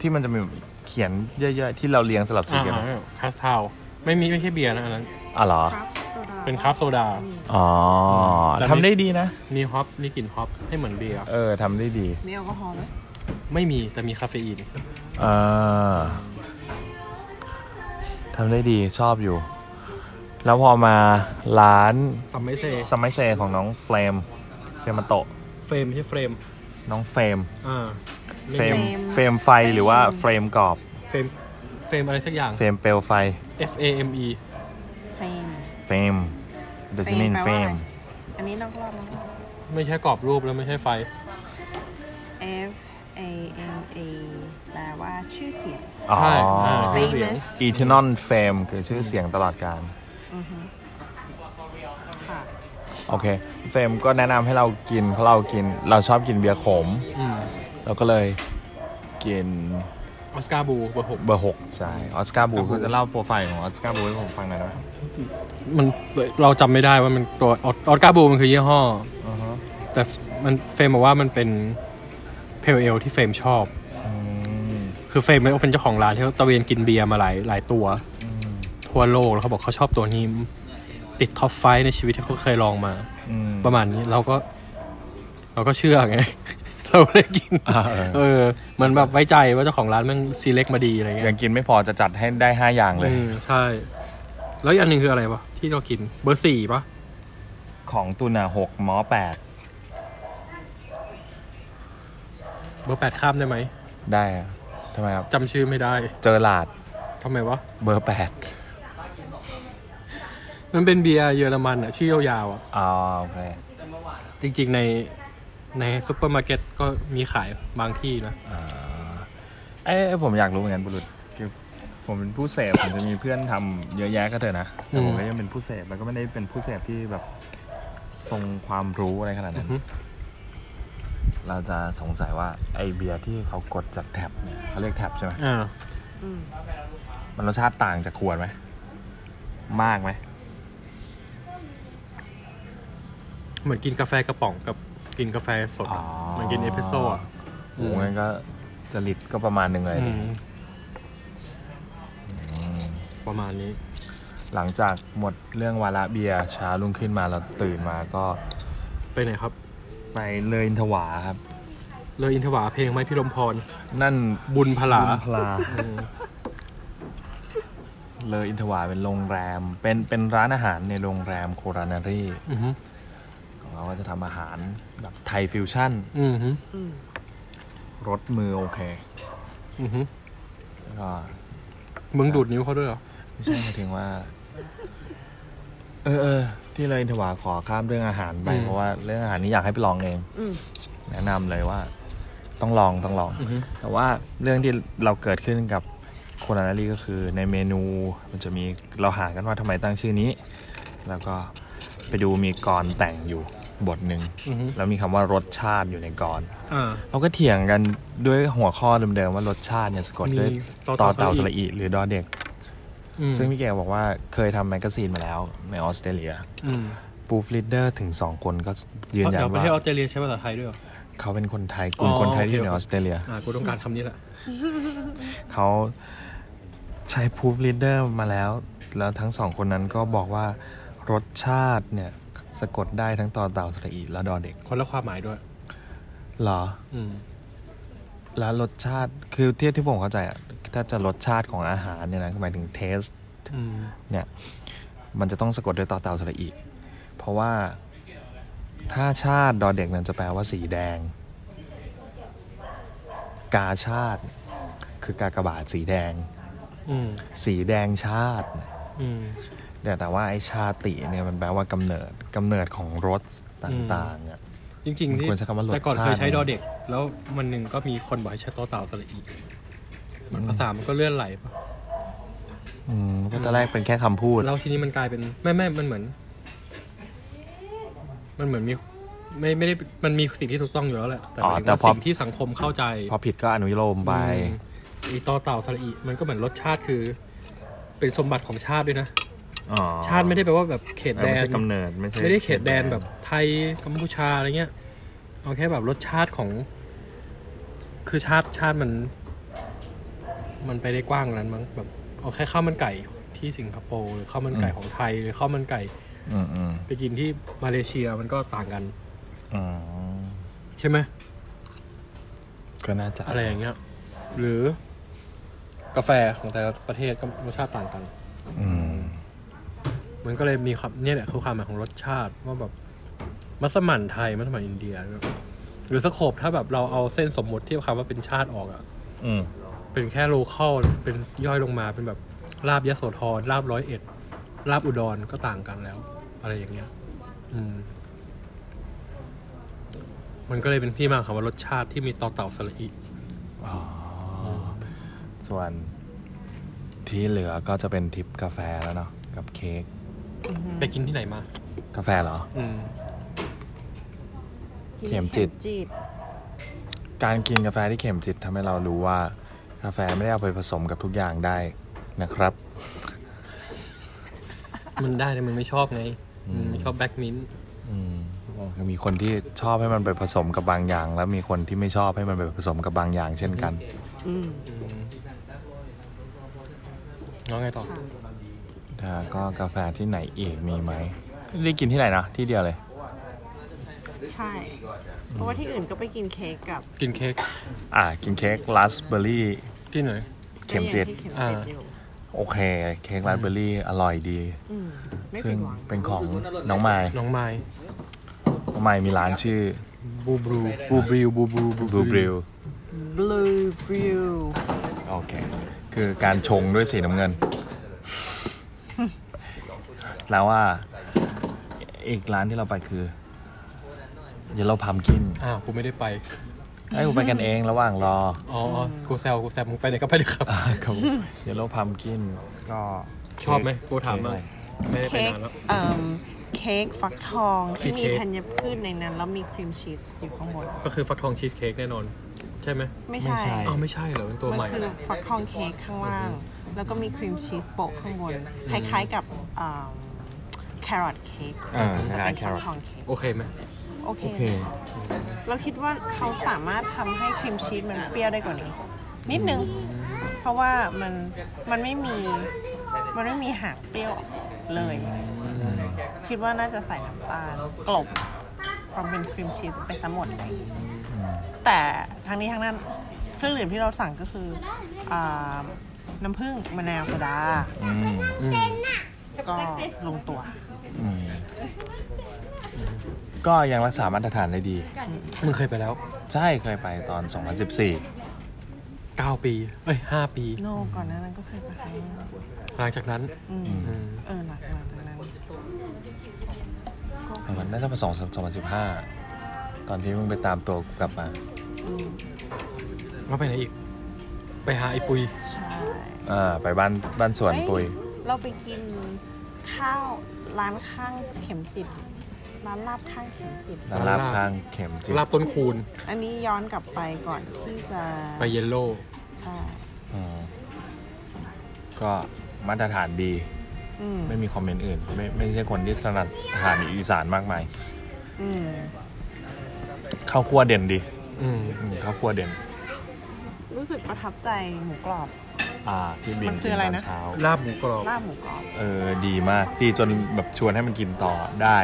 [SPEAKER 1] ที่มันจะมีเขียนเยอะๆ ที่เราเรียงสลับสี
[SPEAKER 2] อ่า
[SPEAKER 1] กัน
[SPEAKER 2] คาทาวไม่มีไม่ใช่เบียร์นะอันนั้น
[SPEAKER 1] อ่ะเหรอ
[SPEAKER 3] ครับ
[SPEAKER 2] เป็นคราฟต์โซดา
[SPEAKER 1] อ๋อ
[SPEAKER 2] แต่ไม่
[SPEAKER 1] ทำได้ดีนะ
[SPEAKER 2] มีฮอปมีกลิ่นฮอปให้เหมือนเบียร์
[SPEAKER 1] เออทำได้ดี
[SPEAKER 3] มีแอลกอฮอล์ไหม
[SPEAKER 2] ไม่มีแต่มีคาเฟอีน
[SPEAKER 1] เออทำได้ดีชอบอยู่ แล้วพอมาร้าน
[SPEAKER 2] ซัมไม่เซ
[SPEAKER 1] สมัยเซของน้องเฟรมเฟรมมาโตะ
[SPEAKER 2] เฟรมไม่ใช่เฟรม
[SPEAKER 1] น้องเฟรม
[SPEAKER 2] อ่า
[SPEAKER 1] เฟรมเฟรมไฟหรือว่าเฟรมกรอบ
[SPEAKER 2] เฟรมเฟรมอะไรสักอย่าง
[SPEAKER 1] เฟรมเปลวไฟ
[SPEAKER 2] F A M E
[SPEAKER 3] เฟรม
[SPEAKER 1] เฟรมเดซิมินเฟ
[SPEAKER 3] เฟ
[SPEAKER 1] ร
[SPEAKER 3] ร
[SPEAKER 1] ม
[SPEAKER 3] ม อันนี้นอกรอบนอกรอบ
[SPEAKER 2] ไม่ใช่กรอบรูปแล้วไม่ใช่ไฟ
[SPEAKER 3] F A M A แปลว่าชื่อเสียง
[SPEAKER 1] อ๋อ
[SPEAKER 2] ใช่อ่า
[SPEAKER 3] famous
[SPEAKER 1] อีเทนอนเฟรมคือชื่อเสียงตลอดการ
[SPEAKER 3] อือฮึค่ะ
[SPEAKER 1] โอเค เฟรมก็แนะนำให้เรากิน เพราะเรากินเราชอบกินเบียร์ขม
[SPEAKER 2] อืม
[SPEAKER 1] เราก็เลยกิน
[SPEAKER 2] ออสการ์บูเบอร์หก
[SPEAKER 1] เบอร์หกใช่ออสการ์บู
[SPEAKER 2] Oscar
[SPEAKER 1] คุณ
[SPEAKER 2] Boo
[SPEAKER 1] จะเล่าโปรไฟล์ของออสการ์บูให้ผมฟังหน่อยนะ
[SPEAKER 2] มันเราจำไม่ได้ว่ามันตัวออสการ์บูมันคือยี่ห้อ
[SPEAKER 1] อือฮะ
[SPEAKER 2] แต่มันเฟรมบอกว่ามันเป็นเพลเอลที่เฟรมชอบ คือเฟรมเนี่ยเป็นเจ้าของร้านที่เขาตะเวนกินเบียร์มาหลายหลายตัว ทั่วโลกแล้วเขาบอกเขาชอบตัวนี้ ติดท็อปไฟในชีวิตที่เขาเคยลองมา
[SPEAKER 1] อืม
[SPEAKER 2] ประมาณนี้เราก็ เราก็เชื่อไง เราเลยกิน
[SPEAKER 1] อ่าเออ
[SPEAKER 2] เออเหมันแบบไว้ใจว่าเจ้าของร้านแมันซีเล็กมาดีอะไรเงี้ย
[SPEAKER 1] ยังกินไม่พอจะจัดให้ได้ 5 อย่างเลย
[SPEAKER 2] อืมใช่ แล้วอีกอันหนึ่งคืออะไรวะที่เรากินเบอร์สี่ปะ
[SPEAKER 1] ของตุนอ่ะหกหมอแปด
[SPEAKER 2] เบอร์แปดข้ามได้ไหม
[SPEAKER 1] ได้อะทำไมครับ
[SPEAKER 2] จำชื่อไม่ได้
[SPEAKER 1] เจอหลาด
[SPEAKER 2] ทำไมวะ
[SPEAKER 1] เบอร์แปด
[SPEAKER 2] มันเป็นเบียร์เยอรมันอะชื่อยาวๆอะ
[SPEAKER 1] อ๋อโอเค
[SPEAKER 2] จริงๆในในซูเปอร์มาร์เก็ตก็มีขายบางที่นะ
[SPEAKER 1] เอ้ยผมอยากรู้เหมือนกันบุรุษคือผมเป็นผู้เสพ ผมจะมีเพื่อนทำเยอะแยะก็เถอะนะแต่ผม
[SPEAKER 2] อืม
[SPEAKER 1] ก็ยังเป็นผู้เสพแล้วก็ไม่ได้เป็นผู้เสพที่แบบทรงความรู้อะไรขนาดนั้น
[SPEAKER 2] อือฮึ
[SPEAKER 1] เราจะสงสัยว่าไอเบียร์ที่เขากดจากแท็บเนี่ยเขาเรียกแท็บใช่ไหม
[SPEAKER 2] อ่า
[SPEAKER 3] อืม
[SPEAKER 1] มันรสชาติต่างจากขวดไหมมากไหม
[SPEAKER 2] เหมือนกินกาแฟกระป๋องกับกินกาแฟสดอะเหมือนกินเอสเปรสโซ่อะ
[SPEAKER 1] โอ้โหงั้นก็จริตก็ประมาณหนึ่งเลย
[SPEAKER 2] อืมประมาณนี้
[SPEAKER 1] หลังจากหมดเรื่องวาระเบียร์เช้ารุ่งขึ้นมาเราตื่นมาก็
[SPEAKER 2] ไปไหนครับ
[SPEAKER 1] ไปเลยอินทวาครับ
[SPEAKER 2] เลยอินทวาเพลงไหมพี่ลมพร
[SPEAKER 1] นั่น
[SPEAKER 2] บุญพลา
[SPEAKER 1] บุญพลาเลยอินทวาเป็นโรงแรม เป็นเป็นร้านอาหารในโรงแรมโครานารี
[SPEAKER 2] อือฮึ
[SPEAKER 1] ของเราก็จะทำอาหารแบบไทยฟิวชั่น
[SPEAKER 2] อือฮึ
[SPEAKER 3] อืม
[SPEAKER 1] รสมือโอเค
[SPEAKER 2] อือหือ
[SPEAKER 1] แล้วก็
[SPEAKER 2] มึงดูดนิ้วเขาด้วยเหรอ
[SPEAKER 1] ไม่ใช่หมายถึงว่า เออเออที่เลยถวาขอข้ามเรื่องอาหารไป
[SPEAKER 2] อืม
[SPEAKER 1] เพราะว่าเรื่องอาหารนี้อยากให้ไปลองเอง
[SPEAKER 3] อืม
[SPEAKER 1] แนะนำเลยว่า ต้องลองต้องลอง
[SPEAKER 2] อือหือ
[SPEAKER 1] แต่ว่าเรื่องที่เราเกิดขึ้นกับโคนานารีก็คือในเมนูมันจะมีเราหากันว่าทำไมตั้งชื่อนี้ แล้วก็ไปดูมีกรแต่งอยู่บทหนึ่ง
[SPEAKER 2] อือหือ
[SPEAKER 1] แล้วมีคำว่ารสชาติอยู่ในกร
[SPEAKER 2] อ่า
[SPEAKER 1] เราก็เถียงกันด้วยหัวข้อเดิมๆว่ารสชาติเนี่ยสะกดด้วย
[SPEAKER 2] ต่อ
[SPEAKER 1] ต่
[SPEAKER 2] ต่
[SPEAKER 1] อ
[SPEAKER 2] อ
[SPEAKER 1] เต่าส
[SPEAKER 2] สระ
[SPEAKER 1] ระ
[SPEAKER 2] อี
[SPEAKER 1] อีหรือดอเด็ก
[SPEAKER 2] อืม
[SPEAKER 1] ซึ่งพี่แกบอกว่าเคยทำแมกกาซีนมาแล้วในออสเตรเลีย
[SPEAKER 2] อืม
[SPEAKER 1] ปูฟลิดเดอร์ถึงสองคนก็ยืนยัน
[SPEAKER 2] เดี๋ยวประ
[SPEAKER 1] ว่า
[SPEAKER 2] เทศออสเตรเลียใช้ภาษาไทยด้วยเหรอ
[SPEAKER 1] เขาเป็นคนไทยกลุ่ม
[SPEAKER 2] อ๋อ
[SPEAKER 1] คนไทยที่อยู่
[SPEAKER 2] โอเค
[SPEAKER 1] ในออสเตรเลีย
[SPEAKER 2] อ่ากูต้องการคำนี้แหละ
[SPEAKER 1] เขาใช้พูฟลีดเดอร์มาแล้ว แล้วทั้งสองคนนั้นก็บอกว่ารสชาติเนี่ย สะกดได้ทั้งต่อเต่าสระอีและดอเด็ก
[SPEAKER 2] คนละความหมายด้วย
[SPEAKER 1] เหรอ
[SPEAKER 2] อืม
[SPEAKER 1] แล้วรสชาติคือเทียบที่ผมเข้าใจอะถ้าจะรสชาติของอาหารเนี่ยนะหมายถึงเทส
[SPEAKER 2] อืม
[SPEAKER 1] เนี่ยมันจะต้องสะกดด้วยต่อเต่าสระอีเพราะว่าถ้าชาติดอเด็กนั้นจะแปลว่าสีแดง กาชาติ คือกากบาทสีแดง
[SPEAKER 2] อืม
[SPEAKER 1] สีแดงชาติ
[SPEAKER 2] อืม
[SPEAKER 1] เดี๋ยวแต่ว่าไอ้ชาติเนี่ยมันแปลว่ากำเนิดกำเนิดของรสต่างๆอ่ะ
[SPEAKER 2] จริง
[SPEAKER 1] มันควร
[SPEAKER 2] ๆที่
[SPEAKER 1] ใช้คำว่ารส
[SPEAKER 2] แต่ก่อน
[SPEAKER 1] ชาติ
[SPEAKER 2] เคยใช้
[SPEAKER 1] นะ
[SPEAKER 2] ดอเด็ก แล้วมันหนึ่งก็มีคนบอกให้ใช้ต่อเต่าสระอีเหมือนภาษามันก็เลื่อนไหลปะ
[SPEAKER 1] อืมก็ตอนแรกเป็นแค่คำพูด
[SPEAKER 2] แล้วทีนี้มันกลายเป็นไม่ไม่มันเหมือน มันเหมือนมีไม่ไม่ได้มันมีสิ่งที่ถูกต้องอยู่แล้วแหละแต่หมาย
[SPEAKER 1] อ๋อ
[SPEAKER 2] ถึง
[SPEAKER 1] แต่
[SPEAKER 2] ว่า
[SPEAKER 1] พอ
[SPEAKER 2] สิ่งที่สังคมเข้าใจ
[SPEAKER 1] พอผิดก็อนุโลมไป
[SPEAKER 2] อืมอีต่อเต่าสระอีมันก็เหมือนรสชาติคือ เป็นสมบัติของชาติด้วยนะ
[SPEAKER 1] อ๋อ
[SPEAKER 2] ชาติไม่ได้แปลว่าแบบเขต
[SPEAKER 1] เออ
[SPEAKER 2] แด
[SPEAKER 1] ไม่
[SPEAKER 2] น
[SPEAKER 1] ใช่กำเนิดไม่ใช่
[SPEAKER 2] ไม่ได้เขตแดนแบบไทยกัมพูชาอะไรเงี้ยเอาแค่แบบรสชาติของ คือชาติชาติมัน มันไปได้กว้างกว่านั้นมั้งแบบเอาแค่ข้าวมันไก่ที่สิงคโปร์หรือข้าวมันไก่ของไทยหรือข้าวมันไก่
[SPEAKER 1] อืมอืม
[SPEAKER 2] ไปกินที่มาเลเซียมันก็ต่างกัน
[SPEAKER 1] อืม
[SPEAKER 2] ใช่ไหม
[SPEAKER 1] ก็น่าจะ
[SPEAKER 2] อะไรอย่างเงี้ย หรือกาแฟของแต่ละประเทศก็รสชาติต่างกัน
[SPEAKER 1] อืม
[SPEAKER 2] มันก็เลยมีความเนี่ยแหละคือความหมายของรสชาติว่าแบบมัสมั่นไทยมัสมั่นอินเดียก็หรือสโคบถ้าแบบเราเอาเส้นสมมติเทียบคำว่าเป็นชาติออกอะ
[SPEAKER 1] อืม
[SPEAKER 2] เป็นแค่โลเคอลเป็นย่อยลงมาเป็นแบบลาบยโสธรลาบร้อยเอ็ดลาบอุดรก็ต่างกันแล้ว อะไรอย่างเงี้ย อืม มันก็เลยเป็นที่มาของคำว่ารสชาติที่มีต่อเต่าสระอี
[SPEAKER 1] อ๋อส่วนที่เหลือก็จะเป็นทริปกาแฟแล้วเนาะกับเค้ก
[SPEAKER 2] ไปกินที่ไหนมา
[SPEAKER 1] กาแฟเหรอ
[SPEAKER 2] อืม
[SPEAKER 1] เข็มจิต
[SPEAKER 3] เข็จิต
[SPEAKER 1] การกินกาแฟที่เข็มจิตทำให้เรารู้ว่ากาแฟไม่ได้เอาไปผสมกับทุกอย่างได้นะครับ
[SPEAKER 2] มันได้แต่มันไม่ชอบไงมันไม่ชอบแบล็กมินต์
[SPEAKER 1] อืมมีคนที่ชอบให้มันไปผสมกับบางอย่าง แล้วมีคนที่ไม่ชอบให้มันไปผสมกับบางอย่าง เช่นกัน
[SPEAKER 3] อืม
[SPEAKER 2] แล้วไงต่อ
[SPEAKER 1] ถ้าก็กาแฟที่ไหนอีกมีไหมได้กินที่ไหนนะที่เดียวเลย
[SPEAKER 3] ใช่ เพราะว่าที่อื่นก็ไปกินเค้กกับ
[SPEAKER 2] กินเค้ก
[SPEAKER 1] อ่า กินเค้กราสเบอร์รี่
[SPEAKER 2] ที่ไหน
[SPEAKER 1] เข็มจิต
[SPEAKER 3] ที่เข็มจิตอยู่
[SPEAKER 1] โอเค เค้กราสเบอร์รี่อร่อยดี
[SPEAKER 3] อืมไม่
[SPEAKER 1] ซึ่
[SPEAKER 3] ผิ
[SPEAKER 1] ง
[SPEAKER 3] ดหวัง
[SPEAKER 1] เป็นของน้องไม้
[SPEAKER 2] น้องไม้
[SPEAKER 1] น้องไม้มีร้านชื่อ
[SPEAKER 2] บูบรู
[SPEAKER 1] บูบริวบูบรูบูบริว
[SPEAKER 3] blue brew
[SPEAKER 1] โอเค คือการชงด้วยสีน้ำเงิน แล้วว่า อีกร้านที่เราไปคือเยลโลพัมกิน
[SPEAKER 2] อ้าวกูไม่ได้ไป
[SPEAKER 1] ไอ้ยกูไปกันเองระหว่างรอ
[SPEAKER 2] อ๋ออ๋อกูแซวกูแซวมึงไปไหนก็ไปเลยครับ
[SPEAKER 1] ครับเยลโลพัมกินก็
[SPEAKER 2] ชอบไหมกูถาม
[SPEAKER 1] เล
[SPEAKER 2] มาย ไม่ได้ไป
[SPEAKER 3] เค้ก
[SPEAKER 2] นานแล้ว
[SPEAKER 3] เอ่อเค้กฟักทองที่
[SPEAKER 2] ชีส
[SPEAKER 3] มี
[SPEAKER 2] เค้ก
[SPEAKER 3] ธัญพืชในนั้น แล้วมีครีมชีสอยู่ข้างบน
[SPEAKER 2] ก็คือฟักทองชีสเค้กแน่นอน ใช่ไหม
[SPEAKER 3] ไม่
[SPEAKER 1] ไม่
[SPEAKER 3] ใช่
[SPEAKER 1] ใช่
[SPEAKER 2] อ้าวไม่ใช่เหรอเป็นตัว
[SPEAKER 3] มัน
[SPEAKER 2] ใหม่
[SPEAKER 3] คือฟักทองเค้กข้างล่าง แล้วก็มีครีมชีสโปะข้างบน คล้ายๆกับแครอทเค้ก
[SPEAKER 1] อ่า
[SPEAKER 3] แต่
[SPEAKER 1] ร้า
[SPEAKER 3] เป็น น
[SPEAKER 1] แค
[SPEAKER 3] ฟั
[SPEAKER 1] ร
[SPEAKER 3] ก
[SPEAKER 1] อท
[SPEAKER 3] ทองเค้ก
[SPEAKER 2] โอเคไหม
[SPEAKER 3] โอเค
[SPEAKER 1] โอเค
[SPEAKER 3] เราคิดว่าเขาสามารถทำให้ครีมชีสมันเปรี้ยวได้กว่านี้ นิดนึง เพราะว่ามันมันไม่มีมันไม่มีหางเปรี้ยวเลย คิดว่าน่าจะใส่น้ำตาลกลบความเป็นครีมชีสไปทั้งหมดเลยแต่ทั้งนี้ทั้งนั้นเครื่องดื่มที่เราสั่งก็คืออาน้ำผึ้งมะนาวโซดา
[SPEAKER 1] อืม
[SPEAKER 2] อืม
[SPEAKER 3] ก็ลงตัว
[SPEAKER 1] อืมก็ยังรักษามาตรฐานได้ดี
[SPEAKER 2] มึงเคยไปแล้ว
[SPEAKER 1] ใช่เคยไปตอน 2014
[SPEAKER 2] เก้าปี เอ้ยห้าปี
[SPEAKER 3] โนก่อนหนานั้นก็เคยไปครั้งหนึ่ง
[SPEAKER 2] หลังจากนั้น
[SPEAKER 3] อืม
[SPEAKER 2] อืม
[SPEAKER 3] เออหลังหลังจากนั้น
[SPEAKER 1] มันน่าจะประสอง2015 ตอนที่มึงไปตามตัวกูกลับมา
[SPEAKER 2] แล้วไปไหนอีก ไปหาไอ้ปุย
[SPEAKER 3] ใช่
[SPEAKER 1] อ่า ไปบ้านบ้านสวนปุย
[SPEAKER 3] เอ้เราไปกินข้าวร้านข้างเข็มจิตร้านลาบข้างเข็มจิต
[SPEAKER 1] ร้านลาบข้างเข็มจิต
[SPEAKER 2] ลาบต้นคูณ
[SPEAKER 3] อันนี้ย้อนกลับไปก่อนที่จะ
[SPEAKER 2] ไปเยลโล่
[SPEAKER 3] ใช่
[SPEAKER 1] อืมก็มาตรฐานดี
[SPEAKER 3] อืม
[SPEAKER 1] ไม่มีคอมเมนต์อื่น ไม่ไม่ใช่คนที่ถนัดอาหารอีสานมากมาย
[SPEAKER 3] อืม
[SPEAKER 1] ข้าวคั่วเด่นดี
[SPEAKER 2] อืม
[SPEAKER 1] อืมข้าวคั่วเด่น
[SPEAKER 3] รู้สึกประทับใจหมูกรอบ
[SPEAKER 1] อ่าที่บิน
[SPEAKER 3] มันคื
[SPEAKER 1] กิ
[SPEAKER 3] อน อะไร
[SPEAKER 1] ตอน
[SPEAKER 3] นะ
[SPEAKER 1] เช้า
[SPEAKER 2] ลาบหมูกรอบ
[SPEAKER 3] ลาบหมูกรอบ
[SPEAKER 1] เออ ดีมาก ดีจนแบบชวนให้มันกินต่อได้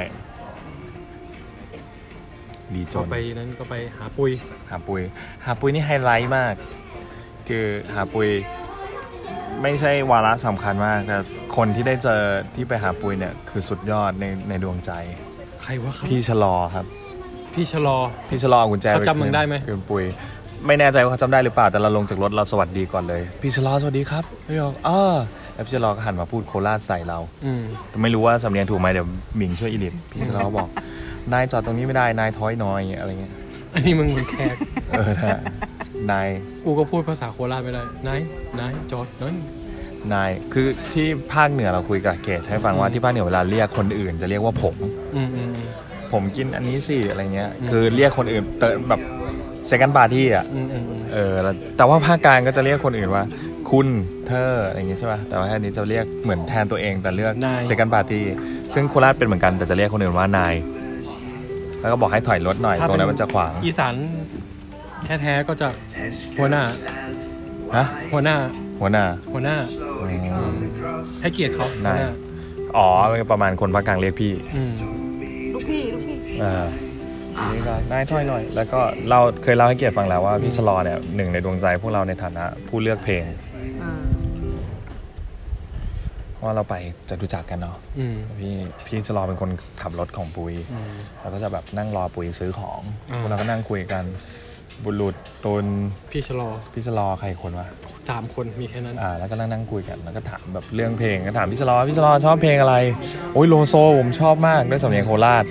[SPEAKER 1] ดีจ
[SPEAKER 2] ก็
[SPEAKER 1] น
[SPEAKER 2] ไปนั้นก็ไปหาปุย
[SPEAKER 1] หาปุย หาปุยนี่ไฮไลท์มาก คือหาปุย ไม่ใช่วาระสำคัญมากแต่คนที่ได้เจอที่ไปหาปุยเนี่ย คือสุดยอดในในดวงใจ
[SPEAKER 2] ใครวะครับ
[SPEAKER 1] พี่ชะลอครับ
[SPEAKER 2] พี่ชะลอ
[SPEAKER 1] พี่ชะลอเอากุญแจป
[SPEAKER 2] เขาจำมึงได้ไหม
[SPEAKER 1] คืนปุย ไม่แน่ใจว่าเขาจำได้หรือเปล่าแต่เราลงจากรถเราสวัสดีก่อนเลย พี่ชะลอสวัสดีครับพี่ชะลออ้อแล้วพี่ชะลอก็หันมาพูดโคราชใส่เรา
[SPEAKER 2] อืม
[SPEAKER 1] แต่ไม่รู้ว่าสำเนียงถูกไหมเดี๋ยวหมิงช่วยอีดิทพี่ชะลอบอก นายจอดตรงนี้ไม่ได้นายท้อยน้อยอะไรเงี้ย
[SPEAKER 2] อันนี้มึงเหมือนแขก
[SPEAKER 1] เออนะฮะนาย
[SPEAKER 2] กูก็พูดภาษาโคราชไม่ได้นายนายจอดน้อย
[SPEAKER 1] นาย คือที่ภาคเหนือเราคุยกับเกตให้ฟังว่า
[SPEAKER 2] อืม
[SPEAKER 1] ที่ภาคเหนือเวลาเรียกคนอื่น จะเรียกว่าผม
[SPEAKER 2] อืมอืมอืม
[SPEAKER 1] ผมกินอันนี้สิอะไรเงี้ย
[SPEAKER 2] อืม
[SPEAKER 1] คือเรียกคนอื่นเติมแบบเซกันบาที่อ่ะ
[SPEAKER 2] อืมอืมอืม
[SPEAKER 1] เออแล้วแต่ว่าภาคกลางก็จะเรียกคนอื่นว่า คุณเธออะไรอย่างงี้ใช่ป่ะแต่ว่าอันนี้จะเรียกเหมือนแทนตัวเองแต่เลือกเซกันบาที่ซึ่งโคราชเป็นเหมือนกันแต่จะเรียกคนอื่นว่านาย แล้วก็บอกให้ถอยรถหน่อยตรงนั้นมันจะขวาง
[SPEAKER 2] อีสานแท้ๆก็จะหัวหน้า
[SPEAKER 1] ฮะ
[SPEAKER 2] หัวหน้า
[SPEAKER 1] หัวหน้า
[SPEAKER 2] หัวหน้า
[SPEAKER 1] อืม
[SPEAKER 2] ให้เกียรติเขาหัวห
[SPEAKER 1] นาย
[SPEAKER 2] น้า
[SPEAKER 1] อ๋อประมาณคนภาคกลางเรียกพี่
[SPEAKER 2] อืม
[SPEAKER 3] ลูกพี่ลูกพี่
[SPEAKER 1] เอออันนี้ก็นายถอยหน่อย แล้วก็เราเคยเล่าให้เกียรติฟังแล้วว่าพี่ชะลอเนี่ยหนึ่งในดวงใจพวกเราในฐานะผู้เลือกเพลง
[SPEAKER 3] อ่า
[SPEAKER 1] เพราะว่าเราไปจตุจักรกันเนาะ
[SPEAKER 2] อืม
[SPEAKER 1] พี่พี่ชะลอเป็นคนขับรถของปุย
[SPEAKER 2] อืม
[SPEAKER 1] เราก็จะแบบนั่งรอปุ๋ยซื้อของ
[SPEAKER 2] อ่า
[SPEAKER 1] พวกเราก็นั่งคุยกัน บุรุษตุล
[SPEAKER 2] พี่ชะลอ
[SPEAKER 1] พี่ชะลอใครคนวะ
[SPEAKER 2] สามคนมีแค่นั้น
[SPEAKER 1] อ่า แล้วก็นั่งนั่งคุยกัน แล้วก็ถามแบบเรื่องเพลง ก็ถามพี่ชะลอพี่ชะลอชอบเพลงอะไร โอ้ยโลโซผมชอบมากด้วยสำเนียงโคราช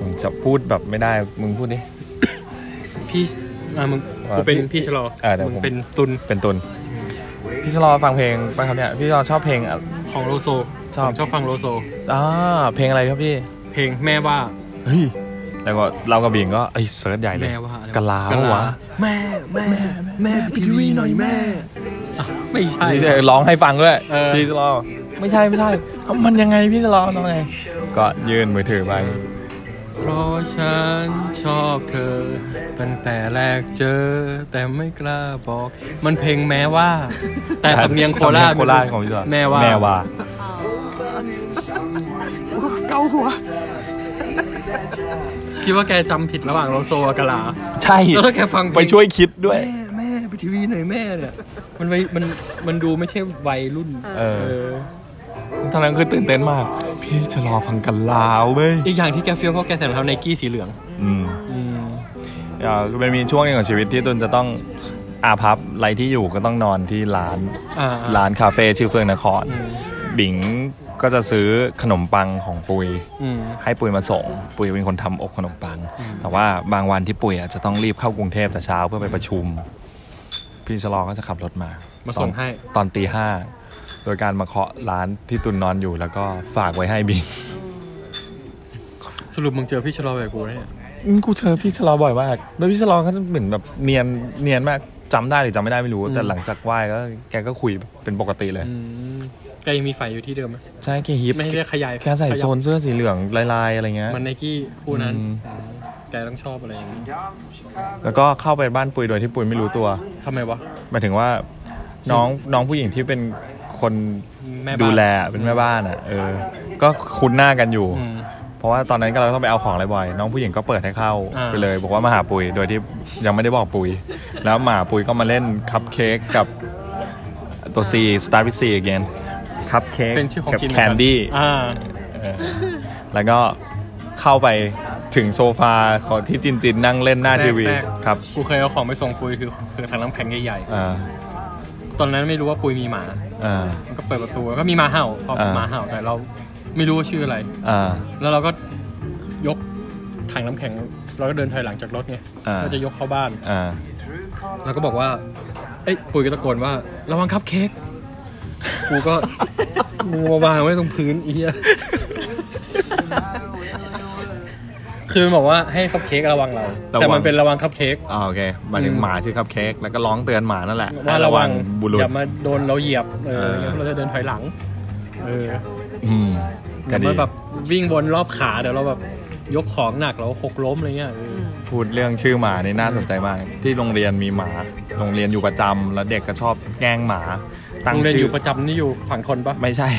[SPEAKER 1] ผมจะพูดแบบไม่ได้ มึงพูดดิ
[SPEAKER 2] พี่อ่ามึง
[SPEAKER 1] ว่า
[SPEAKER 2] กูเป็น
[SPEAKER 1] พี่
[SPEAKER 2] พี่ชะลอ
[SPEAKER 1] เออเดี๋ยว
[SPEAKER 2] มึง
[SPEAKER 1] ผม
[SPEAKER 2] เป็นตุน
[SPEAKER 1] เป็นตุลพี่ชะลอฟังเพลงป่ะครับเนี่ย พี่ชะลอชอบเพลงอะ
[SPEAKER 2] ของโลโซ
[SPEAKER 1] ชอบ
[SPEAKER 2] ผมชอบฟังโลโซ
[SPEAKER 1] อ่าเพลงอะไรครับพี่
[SPEAKER 2] เพลงแม่ว่า
[SPEAKER 1] เฮ้ย แล้วก็เรากับบิงก็ไอ้ยเสิร์ชใหญ่เลย
[SPEAKER 2] แม่ว่าอะไรวะ
[SPEAKER 1] กะลาก
[SPEAKER 2] ะลา
[SPEAKER 1] วะ
[SPEAKER 4] แม่แม่แม่พี่ทีวีหน่อยแม่
[SPEAKER 2] อ่ะไม่ใช่
[SPEAKER 1] พี่จะร้องให้ฟังด้วย
[SPEAKER 2] เออ
[SPEAKER 1] พี่ชะลอ
[SPEAKER 2] ไม่ใช่ไม่ใช่
[SPEAKER 1] เอามันยังไงพี่จะรอน้องไงก็ยื่นมือถือไป
[SPEAKER 2] เพราะฉันชอบเธอ ตั้งแต่แรกเจอ แต่ไม่กล้าบอก มันเพลงแม้ ว่า แต่สำเนียงโคราช
[SPEAKER 1] สำเนียงโคราชของพี่จอ
[SPEAKER 2] แม่ว่า
[SPEAKER 1] แม่ว่า
[SPEAKER 3] อ๋อ
[SPEAKER 2] คิดว่าแกจำผิดระหว่างโลโซกับกะลา
[SPEAKER 1] ใช่
[SPEAKER 2] แล้วถ้าแกฟังเพลง
[SPEAKER 1] ไปช่วยคิดด้วย
[SPEAKER 4] แม่แม่พี่ทีวีหน่อยแม่เนี่ย
[SPEAKER 2] มันไปมันมันดูไม่ใช่วัยรุ่น
[SPEAKER 1] เอ
[SPEAKER 2] เอ
[SPEAKER 1] อ
[SPEAKER 2] อ
[SPEAKER 1] ตอนนั้นคือตื่นเต้นมาก พี่จะรอฟังกันลาวเว้ย
[SPEAKER 2] อีกอย่างที่แกเฟี้ยวเพราะแกใส่รองเท้าไนกี้สีเหลือง
[SPEAKER 1] อืม
[SPEAKER 2] อืม
[SPEAKER 1] เอ่อมันมีช่วงหนึงของชีวิตที่ตุนจะต้องอาพับไรที่อยู่ก็ต้องนอนที่ร้าน
[SPEAKER 2] อ่า
[SPEAKER 1] ร้านคาเฟ่ชื่อเฟื่องนคร
[SPEAKER 2] อืม
[SPEAKER 1] บิ๋งก็จะซื้อขนมปังของปุย
[SPEAKER 2] อืม
[SPEAKER 1] ให้ปุยมาส่ง ปุยเป็นคนทำอบขนมปัง แต่ว่าบางวันที่ปุยอ่ะจะต้องรีบเข้ากรุงเทพแต่เช้าเพื่อไปประชุม พี่ชะลอก็จะขับรถมา
[SPEAKER 2] มา
[SPEAKER 1] ตอน
[SPEAKER 2] ส่งให้
[SPEAKER 1] ตอนตีห้าโดยการมาเคาะร้านที่ตุนนอนอยู่แล้วก็ฝากไว้ให้บิง
[SPEAKER 2] สรุปมึงเจอพี่ชะลอแบบกูแล้วเนี่ย
[SPEAKER 1] กูเจอพี่ชะลอบ่อยมากแล้วพี่ชะลอก็จะเหมือนแบบเนียนเนียนมากจำได้หรือจำไม่ได้ไม่รู้
[SPEAKER 2] อืม
[SPEAKER 1] แต่หลังจากไหว้ก็แกก็คุยเป็นปกติเลย
[SPEAKER 2] อืมแกยังมีฝ่ายอยู่ที่เดิมไหม
[SPEAKER 1] ใช่แกฮิป
[SPEAKER 2] ไม่ให้เรียกขยาย
[SPEAKER 1] แกใส่
[SPEAKER 2] ขยับ
[SPEAKER 1] โซนเสื้อสีเหลืองลายๆอะไรเงี้ย
[SPEAKER 2] มันไนกี้คู่นั้น
[SPEAKER 1] อืม
[SPEAKER 2] แกต้องชอบอะไรอย่างนี้
[SPEAKER 1] แล้วก็เข้าไปบ้านปุยโดยที่ปุยไม่รู้ตัว
[SPEAKER 2] ทำไมวะ
[SPEAKER 1] หมายถึงว่าน้องน้องผู้หญิงที่เป็นคน
[SPEAKER 2] แม่บ้าน
[SPEAKER 1] ดูแลอะเป็นแม่บ้านอ่ะเออ ก็คุ้นหน้ากันอยู่
[SPEAKER 2] อืม
[SPEAKER 1] เพราะว่าตอนนั้นก็เราก็ต้องไปเอาของอะไรบ่อย น้องผู้หญิงก็เปิดให้เข้า
[SPEAKER 2] อ่า
[SPEAKER 1] ไปเลย บอกว่ามาหาปุยโดยที่ยังไม่ได้บอกปุย แล้วหมาปุยก็มาเล่นคัพเค้กกับตัว C Star with C again คัพเค้ก
[SPEAKER 2] เป็นชื่อของ
[SPEAKER 1] กับ
[SPEAKER 2] กินเหมื
[SPEAKER 1] แค
[SPEAKER 2] อน กั
[SPEAKER 1] ดี้
[SPEAKER 2] อ่า
[SPEAKER 1] แล้วก็เข้าไป ถึงโซฟาของที่จินจินนั่งเล่นหน้าทีวี
[SPEAKER 2] แทรก
[SPEAKER 1] ครับ
[SPEAKER 2] กูเคยเอาของไปส่งปุยคือคือถังน้ำแข็งใหญ่
[SPEAKER 1] อ่า
[SPEAKER 2] ๆ ตอนนั้นไม่รู้ว่าปุยมีหมา
[SPEAKER 1] อ่า
[SPEAKER 2] มันก็เปิดประตูแล้วก็มีหมาเห่าพอ
[SPEAKER 1] อ่า
[SPEAKER 2] หมาเห่าแต่เราไม่รู้ว่าชื่ออะไร
[SPEAKER 1] อ่า
[SPEAKER 2] แล้วเราก็ยกถังน้ำแข็ง เราก็เดินถอยหลังจากรถไง
[SPEAKER 1] อ่า
[SPEAKER 2] เราจะยกเข้าบ้าน
[SPEAKER 1] อ่า
[SPEAKER 2] แล้วก็บอกว่า เอ้ยปุยก็ตะโกนว่า ระวังครับเค้ก กูก็ งูมาวางไว้ตรงพื้นอีเหี้ยคือมันบอกว่าให้คัพเค้กระวังเรา แต่มันเป็นระวังคัพเค้ก
[SPEAKER 1] อ่าโอเคหมายถึง
[SPEAKER 2] อืม
[SPEAKER 1] หมาชื่อคัพเค้กแล้วก็ร้องเตือนหมานั่นแหละ
[SPEAKER 2] ว่า
[SPEAKER 1] ให้
[SPEAKER 2] ระวัง
[SPEAKER 1] บุรุ
[SPEAKER 2] อ
[SPEAKER 1] ษ
[SPEAKER 2] ย่ามาโดนเราเหยียบ เออ
[SPEAKER 1] เออ
[SPEAKER 2] เราจะเดินถอยหลัง เออ
[SPEAKER 1] อืม
[SPEAKER 2] อ
[SPEAKER 1] ก็
[SPEAKER 2] ย่า
[SPEAKER 1] ดี
[SPEAKER 2] มาแบบวิ่งวนรอบขาเดี๋ยวเราแบบยกของหนักเราหกล้มอะไรเงี้ยเออ
[SPEAKER 1] พูดเรื่องชื่อหมานี่น่าสนใจมาก ที่โรงเรียนมีหมา โรงเรียนอยู่ประจำแล้วเด็กก็ชอบแกล้งหมา ตั้ง
[SPEAKER 2] โรงเรียน
[SPEAKER 1] ชื่
[SPEAKER 2] อ
[SPEAKER 1] อ
[SPEAKER 2] ยู่ประจำนี่อยู่ฝั่งทนปะ
[SPEAKER 1] ไม่ใช่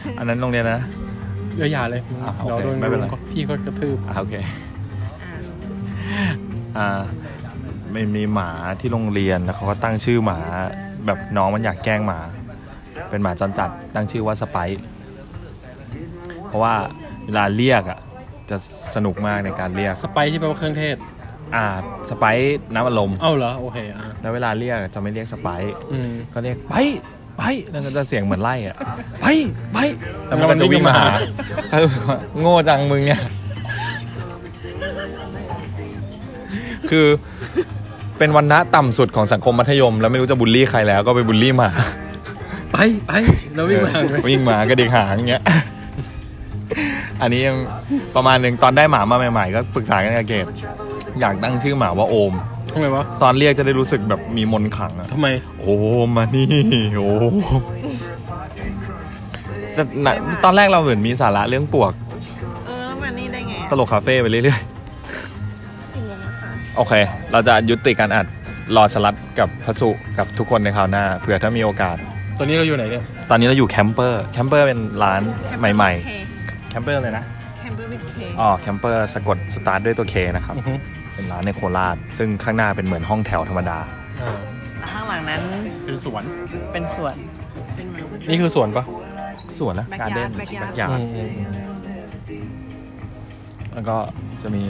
[SPEAKER 1] อันนั้นโรงเรียนนะ
[SPEAKER 2] เยอะยาเลย
[SPEAKER 1] อ่ะโอเค
[SPEAKER 2] เราโดน
[SPEAKER 1] ไม่เป็นไร
[SPEAKER 2] ลุงก็พี่ก็กระทืบ
[SPEAKER 1] อ่าโอเค อ่ามันมีหมาที่โรงเรียนแล้วเขาก็ตั้งชื่อหมา แบบน้องมันอยากแกล้งหมา เป็นหมาจรจัดตั้งชื่อว่าสไปซ์เพราะว่าเวลาเรียกอ่ะ จะสนุกมากในการเรียก
[SPEAKER 2] สไปซ์ที่แปลว่าเครื่องเทศ
[SPEAKER 1] อ่าสไปซ์น้ำอัดลม
[SPEAKER 2] เอ้าเหรอ โอเคอ่ะ
[SPEAKER 1] แล้วเวลาเรียกจะไม่เรียกสไปซ์
[SPEAKER 2] อืม
[SPEAKER 1] ก็เรียกไปไปแล้วก็จะเสียงเหมือนไล่อ่ะไปไปแล้วมันก็
[SPEAKER 2] แล้วมัน
[SPEAKER 1] จะวิ่งมาหา
[SPEAKER 2] วิ่ง
[SPEAKER 1] ก็รู้สึกว่าโง่จังมึงเนี่ยคือเป็นวันณะต่ำสุดของสังคมมัธยม แล้วไม่รู้จะบูลลี่ใครแล้วก็ไปบูลลี่หมา
[SPEAKER 2] ไปไปแล้ววิ่งมาเลย
[SPEAKER 1] เออวิ่งหมากระดิกหางอย่างเงี้ยอันนี้ยังประมาณหนึ่งตอนได้หมามาใหม่ๆ ก็ปรึกษากันกับเกดอยากตั้งชื่อหมาว่าโอม
[SPEAKER 2] ทำไมวะ
[SPEAKER 1] ตอนเรียกจะได้รู้สึกแบบมีมนต์ขลังอะ
[SPEAKER 2] ทำไม
[SPEAKER 1] โอ้มานี่ โอ้แต่น่ะตอนแรกเราเหมือนมีสาระเรื่องปวก
[SPEAKER 3] เออแล้วมันนี่ได้ไง
[SPEAKER 1] ตลกคาเฟ่ไปเรื่อย
[SPEAKER 3] ถึงแล้วนะคะ
[SPEAKER 1] ๆ โอเค เราจะยุติการอัด รอสลัดกับพัสุกับทุกคนในคราวหน้าเผื่อถ้ามีโอกาส
[SPEAKER 2] ตอนนี้เราอยู่ไหนเนี่ย
[SPEAKER 1] ตอนนี้เราอยู่แคมเปอร์แคมเปอร์เป็นร้านใหม่ ๆ แคมเปอร์เลยนะ
[SPEAKER 3] แคมเบอร์วิดเค
[SPEAKER 1] อ๋อแคมเปอร์สะกดสตาร์ทด้วยตัวเคนะครับ
[SPEAKER 2] อือฮึ
[SPEAKER 1] เป็นร้านในโคราช ซึ่งข้างหน้าเป็นเหมือนห้องแถวธรรมดา
[SPEAKER 2] อ่า
[SPEAKER 3] ข้างหลังนั้น
[SPEAKER 2] เป็นสวน
[SPEAKER 3] เป็นสวนเป็นเหมือน
[SPEAKER 2] นี่คือสวนปะ
[SPEAKER 1] สวนนะ
[SPEAKER 3] Backyard
[SPEAKER 1] การเด่น
[SPEAKER 3] Backyard
[SPEAKER 1] กยา แล้วก็จะมี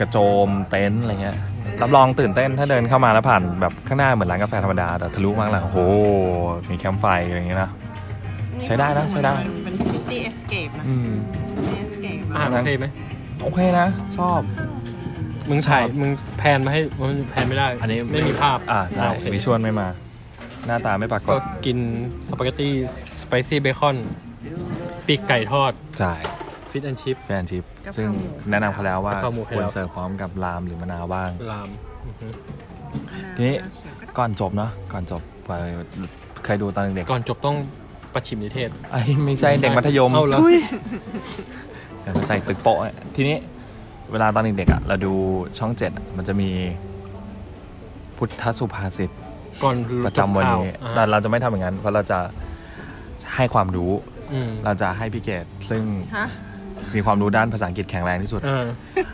[SPEAKER 1] กระโจมเต็นท์อะไรเงี้ย รับรองตื่นเต้นถ้าเดินเข้ามาแล้วผ่านแบบข้างหน้าเหมือนร้านกาแฟธรรมดา แต่ทะลุมากเลยโอ้โห มีแคมป์ไฟอะไรอย่างเงี้ยนะ ใช้ได้นะใช้ได้
[SPEAKER 3] เป็นซิตี้เอสเคปนะ
[SPEAKER 1] อืม
[SPEAKER 3] ซิตี้เอสเคป
[SPEAKER 2] อ่าโอเคไหม
[SPEAKER 1] โอเคนะ ชอบ
[SPEAKER 2] มึงถ่าย
[SPEAKER 1] ครับ
[SPEAKER 2] มึงแพนมาให้มันแพนไม่ได้
[SPEAKER 1] อันนี้
[SPEAKER 2] ไม่มีภาพ
[SPEAKER 1] อ่าใช่
[SPEAKER 2] โเค
[SPEAKER 1] วิชวลไม่มา หน้าตาไม่ปราก
[SPEAKER 2] ก็
[SPEAKER 1] ฏ
[SPEAKER 2] กินสปาเกตตี้สไปซี่เบคอน ปีกไก่ทอด
[SPEAKER 1] จ่าย
[SPEAKER 2] ฟิตแอนชิพ
[SPEAKER 1] แฟนชิพ ซึ่งแนะนำเขาแล้วว่าก
[SPEAKER 2] ะเพราหมูให้
[SPEAKER 1] ควร
[SPEAKER 2] แล้ว
[SPEAKER 1] เสิร์ฟพร้อมกับลามหรือมะนาวบ้าง
[SPEAKER 2] ลามอือฮึ
[SPEAKER 1] ทีนี้ก่อนจบเนาะก่อนจบไปเคยดูตอนเด็ก
[SPEAKER 2] ก่อนจบต้องประชิมนิเทศ
[SPEAKER 1] ๆไอ้ไม่ใช่เด็กมัธยม
[SPEAKER 2] เอ้าเหรอ
[SPEAKER 1] เดี๋ยวมันใส่ตึกโปะอะทีนี้เวลาตอนเด็กๆอ่ะเราดูช่องเจ็ดอะมันจะมีพุทธสุภาษิต
[SPEAKER 2] ก่อน
[SPEAKER 1] ประจำวันนี้
[SPEAKER 2] อ่า
[SPEAKER 1] แต่เราจะไม่ทำอย่างนั้น เพราะเราจะให้ความรู้
[SPEAKER 2] อืม
[SPEAKER 1] เราจะให้พี่เกดซึ่ง
[SPEAKER 3] ฮะ
[SPEAKER 1] มีความรู้ด้านภาษาอังกฤษแข็งแรงที่สุด
[SPEAKER 2] อ่า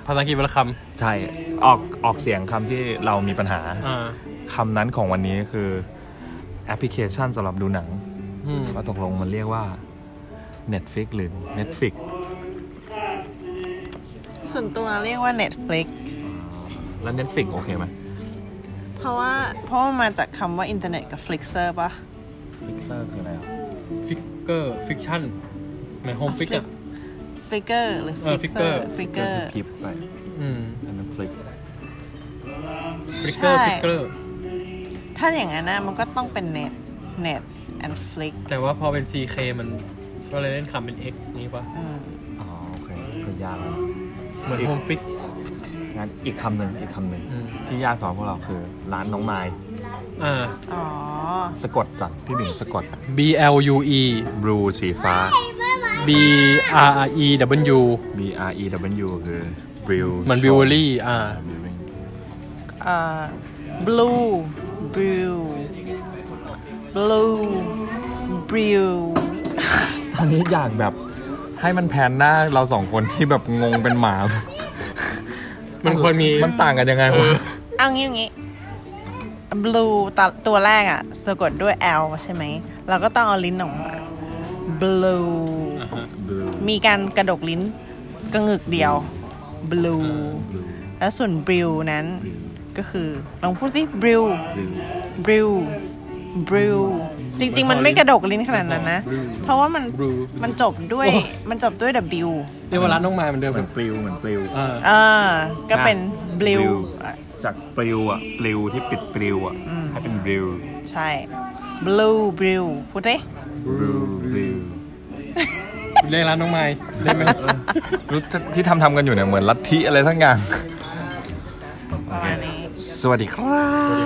[SPEAKER 2] ภาษาอังกฤษวันละค
[SPEAKER 1] ใช่ออกออกเสียงคำที่เรามีปัญหา
[SPEAKER 2] ำอ่า
[SPEAKER 1] คำนั้นของวันนี้คือแอปพลิเคชันสำหรับดูหนัง
[SPEAKER 2] อืม
[SPEAKER 1] ว่าตกลงมันเรียกว่า Netflix หรือ Netflix
[SPEAKER 3] ส่วนตัวเรียกว่า Netflix
[SPEAKER 1] แล้ว Netflix โอเคไหม
[SPEAKER 3] เพราะว่าเพราะว่ามาจากคำว่าอินเทอร์เน็ตกับ Flixer ปะ
[SPEAKER 1] Fixer คืออะไรอะ
[SPEAKER 2] ฟิกเกอร์ฟิกชั่นเหมือนโฮมฟิกอ่ะ
[SPEAKER 3] Flicker หรือ
[SPEAKER 2] เออ Flickr
[SPEAKER 3] Flixer Flicker
[SPEAKER 1] คลิปไป
[SPEAKER 2] อืม
[SPEAKER 1] เน็ตฟลิก
[SPEAKER 2] ฟิกเกอร์
[SPEAKER 3] ใช่
[SPEAKER 2] ฟิกเกอร์
[SPEAKER 3] ถ้าอย่างนั้นนะมันก็ต้องเป็น Net Net and Flix
[SPEAKER 2] แต่ว่าพอเป็น CK มันก็เลยเล่นคำเป็น X นี้ปะ
[SPEAKER 3] อืม
[SPEAKER 1] อ๋อโอเคคือยาก
[SPEAKER 2] เหมือนโฮมฟิก
[SPEAKER 1] งั้นอีกคำหนึ่งอีกคำหนึ่ง
[SPEAKER 2] อืม
[SPEAKER 1] ที่ยากสอนพวกเราคือ ร้านน้องไม้
[SPEAKER 2] อ่า
[SPEAKER 3] อ๋อ
[SPEAKER 1] สะกดก่อนพี่หนึ่งสะกด
[SPEAKER 2] B L U E
[SPEAKER 1] บลูสีฟ้า
[SPEAKER 2] B R R E W
[SPEAKER 1] B R E W คือ brew
[SPEAKER 2] มัน b r e w e r y อ่า
[SPEAKER 1] brewing
[SPEAKER 3] เอ่อ uh, blue blue blue blue
[SPEAKER 1] ตอนนี้อยากแบบให้มันแพนหน้าเราสองคนที่แบบงงเป็นหมา
[SPEAKER 2] มันควรมี
[SPEAKER 1] มันต่างกันยังไงวะ
[SPEAKER 3] เอางี้เอางี้ blue ตัวตัวแรกอะสะกดด้วย L ใช่ไหม เราก็ต้องเอาลิ้นออกมา blue
[SPEAKER 1] บลู
[SPEAKER 3] มีการกระดกลิ้นกระงึกเดียว บลู แล้วส่วนบริวนั้น ก็คือลองพูดสิบริวบริวบริวจริง ๆ มันไม่กระดกลิ้นขนาดนั้นนะ
[SPEAKER 2] Brew
[SPEAKER 3] เพราะว่ามัน
[SPEAKER 2] Brew
[SPEAKER 3] มันจบด้วย
[SPEAKER 2] โอ้
[SPEAKER 3] มันจบด้วย W
[SPEAKER 2] เรียกว่าร้านน้องไม้เหมือนเดิม
[SPEAKER 1] เหมือนปลิวเหมือนปลิว
[SPEAKER 2] เออ
[SPEAKER 3] เออ ก็เป็น blue อ่ะ
[SPEAKER 1] จากปลิวอ่ะปลิวที่ปิดปลิวอ่ะให้เป็นบลิว
[SPEAKER 3] ใช่ blue blue พูดสิ
[SPEAKER 1] บลิวบลิว
[SPEAKER 2] เรียกร้านน้องไม้ได้ไหม
[SPEAKER 1] รู้ที่ทำทำๆกันอยู่เนี่ยเหมือนลัทธิอะไรทั้งอย่าง
[SPEAKER 3] ประมาณนี้
[SPEAKER 1] สวัสดีครับ